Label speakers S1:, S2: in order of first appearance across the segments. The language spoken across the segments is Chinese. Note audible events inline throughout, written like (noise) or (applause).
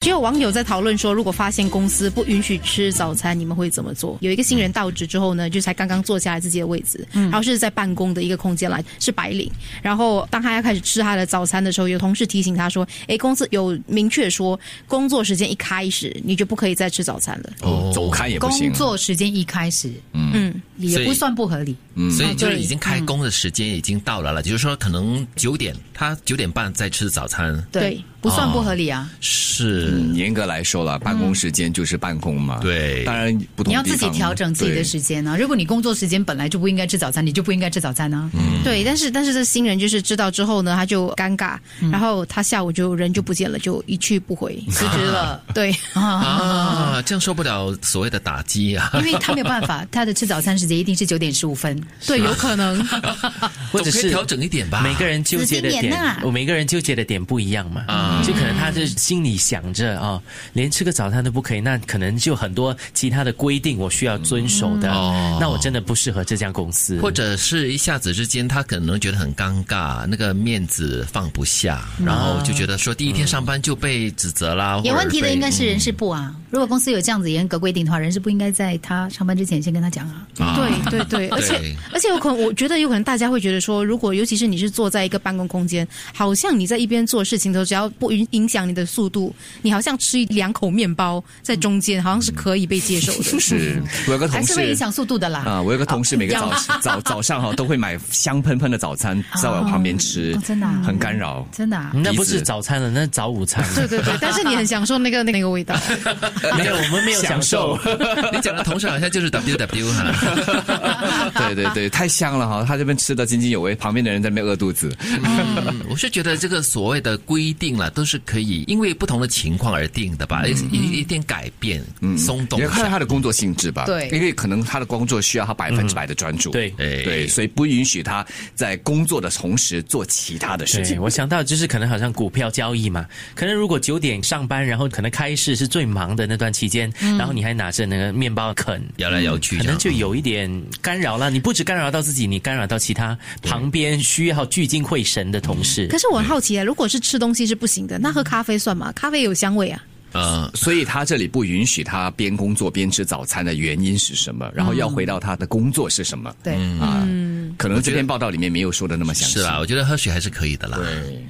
S1: 就有网友在讨论说，如果发现公司不允许吃早餐，你们会怎么做？有一个新人到职之后呢，就才刚刚坐下来自己的位置，然后是在办公的一个空间来，是白领。然后当他要开始吃他的早餐的时候，有同事提醒他说：“诶，公司有明确说，工作时间一开始你就不可以再吃早餐了。
S2: 哦
S3: 走开也不行
S4: 工。作时间一开始，嗯，也不算不合理。
S3: 嗯
S2: 所以就是
S4: 对
S2: 已经开工的时间已经到了了，就是说可能九点，他九点半在吃早餐，
S1: 对，
S4: 不算不合理啊。
S2: 是
S3: 嗯严格来说了，办公时间就是办公嘛。
S2: 对
S3: 当然不同
S4: 你要
S3: 地
S4: 自己
S3: 方
S4: 调整自己的
S3: 对
S4: 时间啊！如果你工作时间本来就不应该吃早餐，你就不应该吃早餐啊。
S3: 嗯
S1: 对，但是但是这新人就是知道之后呢，他就尴尬，然后他下午就人就不见了，就一去不回，辞职了。 (laughs) 对，
S2: 啊，这样受不了所谓的打击啊。
S4: 因为他没有办法，他的吃早餐时间一定是九点十
S3: (laughs)
S4: 五分。
S1: 对，有可能。
S5: 或
S2: 总
S5: 者
S2: 可
S5: 是
S2: 以调整一点吧
S5: 每个人纠结的
S4: 紫金
S5: 点
S4: 年呐，
S5: 我每个人纠结的点不一样嘛，就可能他是心里想着啊、连吃个早餐都不可以，那可能就很多其他的规定我需要遵守的，
S2: 哦
S5: 那我真的不适合这家公司。
S2: 或者是一下子之间，他可能觉得很尴尬，那个面子放不下，然后就觉得说第一天上班就被指责啦。
S4: 嗯有
S2: 或者
S4: 问题的
S2: 被嗯
S4: 应该是人事部啊。如果公司有这样子严格规定的话，人事部应该在他上班之前先跟他讲啊。
S1: 对对对，而且而且有可能，我觉得有可能大家会觉得说，如果尤其是你是坐在一个办公空间，好像你在一边做事情的时候，只要不影影响你的速度，你好像吃两口面包在中间，好像是可以被接受
S3: (laughs)
S1: 的。
S3: 是，我有个
S4: 还
S3: 同
S4: 是会影
S3: 事
S4: 响速度的啦。
S3: 啊，我有个同事每个
S4: 哦要
S3: 早早早上哈都会买香喷喷的早
S4: (laughs)
S3: 餐在我旁边吃
S4: 哦，真的啊
S3: 很干扰。
S4: 真的、啊，
S5: 那不
S3: 鼻
S5: 是
S3: 子
S5: 早餐了，那是早午餐了。
S1: (laughs) 对对对，但是你很享受那个那个味道。
S5: 没有，我们没有享受。
S3: (laughs)
S2: 你讲的同事好像就是 W W 哈，
S3: 对对对，太香了哈！他这边吃的津津有味，旁边的人在那边饿肚 (laughs) 子。
S2: 嗯我是觉得这个所谓的规定啦，都是可以因为不同的情况而定的吧，一一一点改变，松动
S3: 你
S2: 一
S3: 要看到
S2: 下。
S3: 他的工作性质吧，
S4: 对
S3: 因为可能他的工作需要他百分之百的专注，
S5: 对
S3: 嗯对，所以不允许他在工作的同时做其他的事
S5: 对，
S3: 情。
S5: 我想到就是可能好像股票交易嘛，可能如果九点上班，然后可能开市是最忙的那段期间，然后你还拿着那个面包啃，
S2: 摇来摇去
S5: 嗯可
S2: 这样，嗯
S5: 能就有一点干扰了。你不止干扰到自己，你干扰到其他旁边需要聚精会神的同事
S1: 可。是我很好奇啊，如果是吃东西是不行的，那喝咖啡算吗？咖啡有香味啊。
S2: 呃，
S3: 所以他这里不允许他边工作边吃早餐的原因是什么？然后要回到他的工作是什么？
S4: 对，
S3: 啊，可能这篇报道里面没有说的那么详细。
S2: 是啦，我觉得喝水还是可以的啦，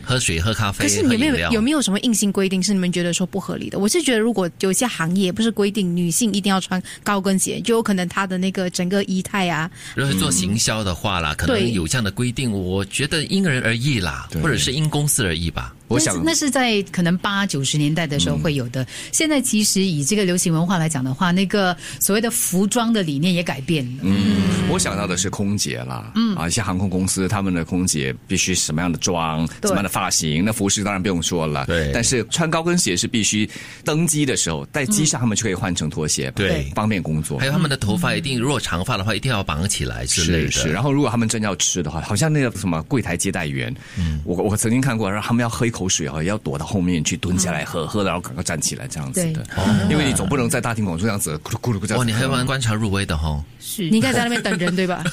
S2: 喝水、喝咖啡、
S1: 可是
S2: 喝
S1: 有没
S2: 饮
S1: 有
S2: 料
S1: 有没有什么硬性规定是你们觉得说不合理的？我是觉得，如果有一些行业不是规定女性一定要穿高跟鞋，就有可能她的那个整个仪态啊，
S2: 如果是做行销的话啦，可能
S1: 对
S2: 有这样的规定，我觉得因人而异啦，或者是因公司而异吧。
S3: 我
S4: 那
S3: 想
S4: 是那是在可能八九十年代的时候会有的。现在其实以这个流行文化来讲的话，那个所谓的服装的理念也改变
S3: 嗯
S4: 了。
S3: 我想到的是空姐啦，嗯啊，一些航空公司他们的空姐必须什么样的妆，什么样的发型，那服饰当然不用说了，
S2: 对
S3: 但是穿高跟鞋是必须，登机的时候在机上他们就可以换成拖鞋，
S2: 对
S3: 方便工作
S2: 还。有他们的头发
S1: 嗯
S2: 一定，如果长发的话，一定要绑起来之类
S3: 是
S2: 的。
S3: 是，然后如果他们真要吃的话，好像那个什么柜台接待员，
S2: 嗯
S3: 我我曾经看过，然后他们要喝一口水啊，要躲到后面去蹲下来喝，
S2: 嗯
S3: 喝了然后赶快站起来这样子的，因为你总不能在大庭广众这样子咕噜咕噜咕噜这样
S2: 哇，哦你
S3: 子喝。
S2: 还玩观察入微的哦吼，
S4: 是
S1: 你应该在那边
S2: (laughs)
S3: (laughs)
S1: 等人对吧？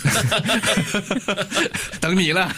S3: 等你了。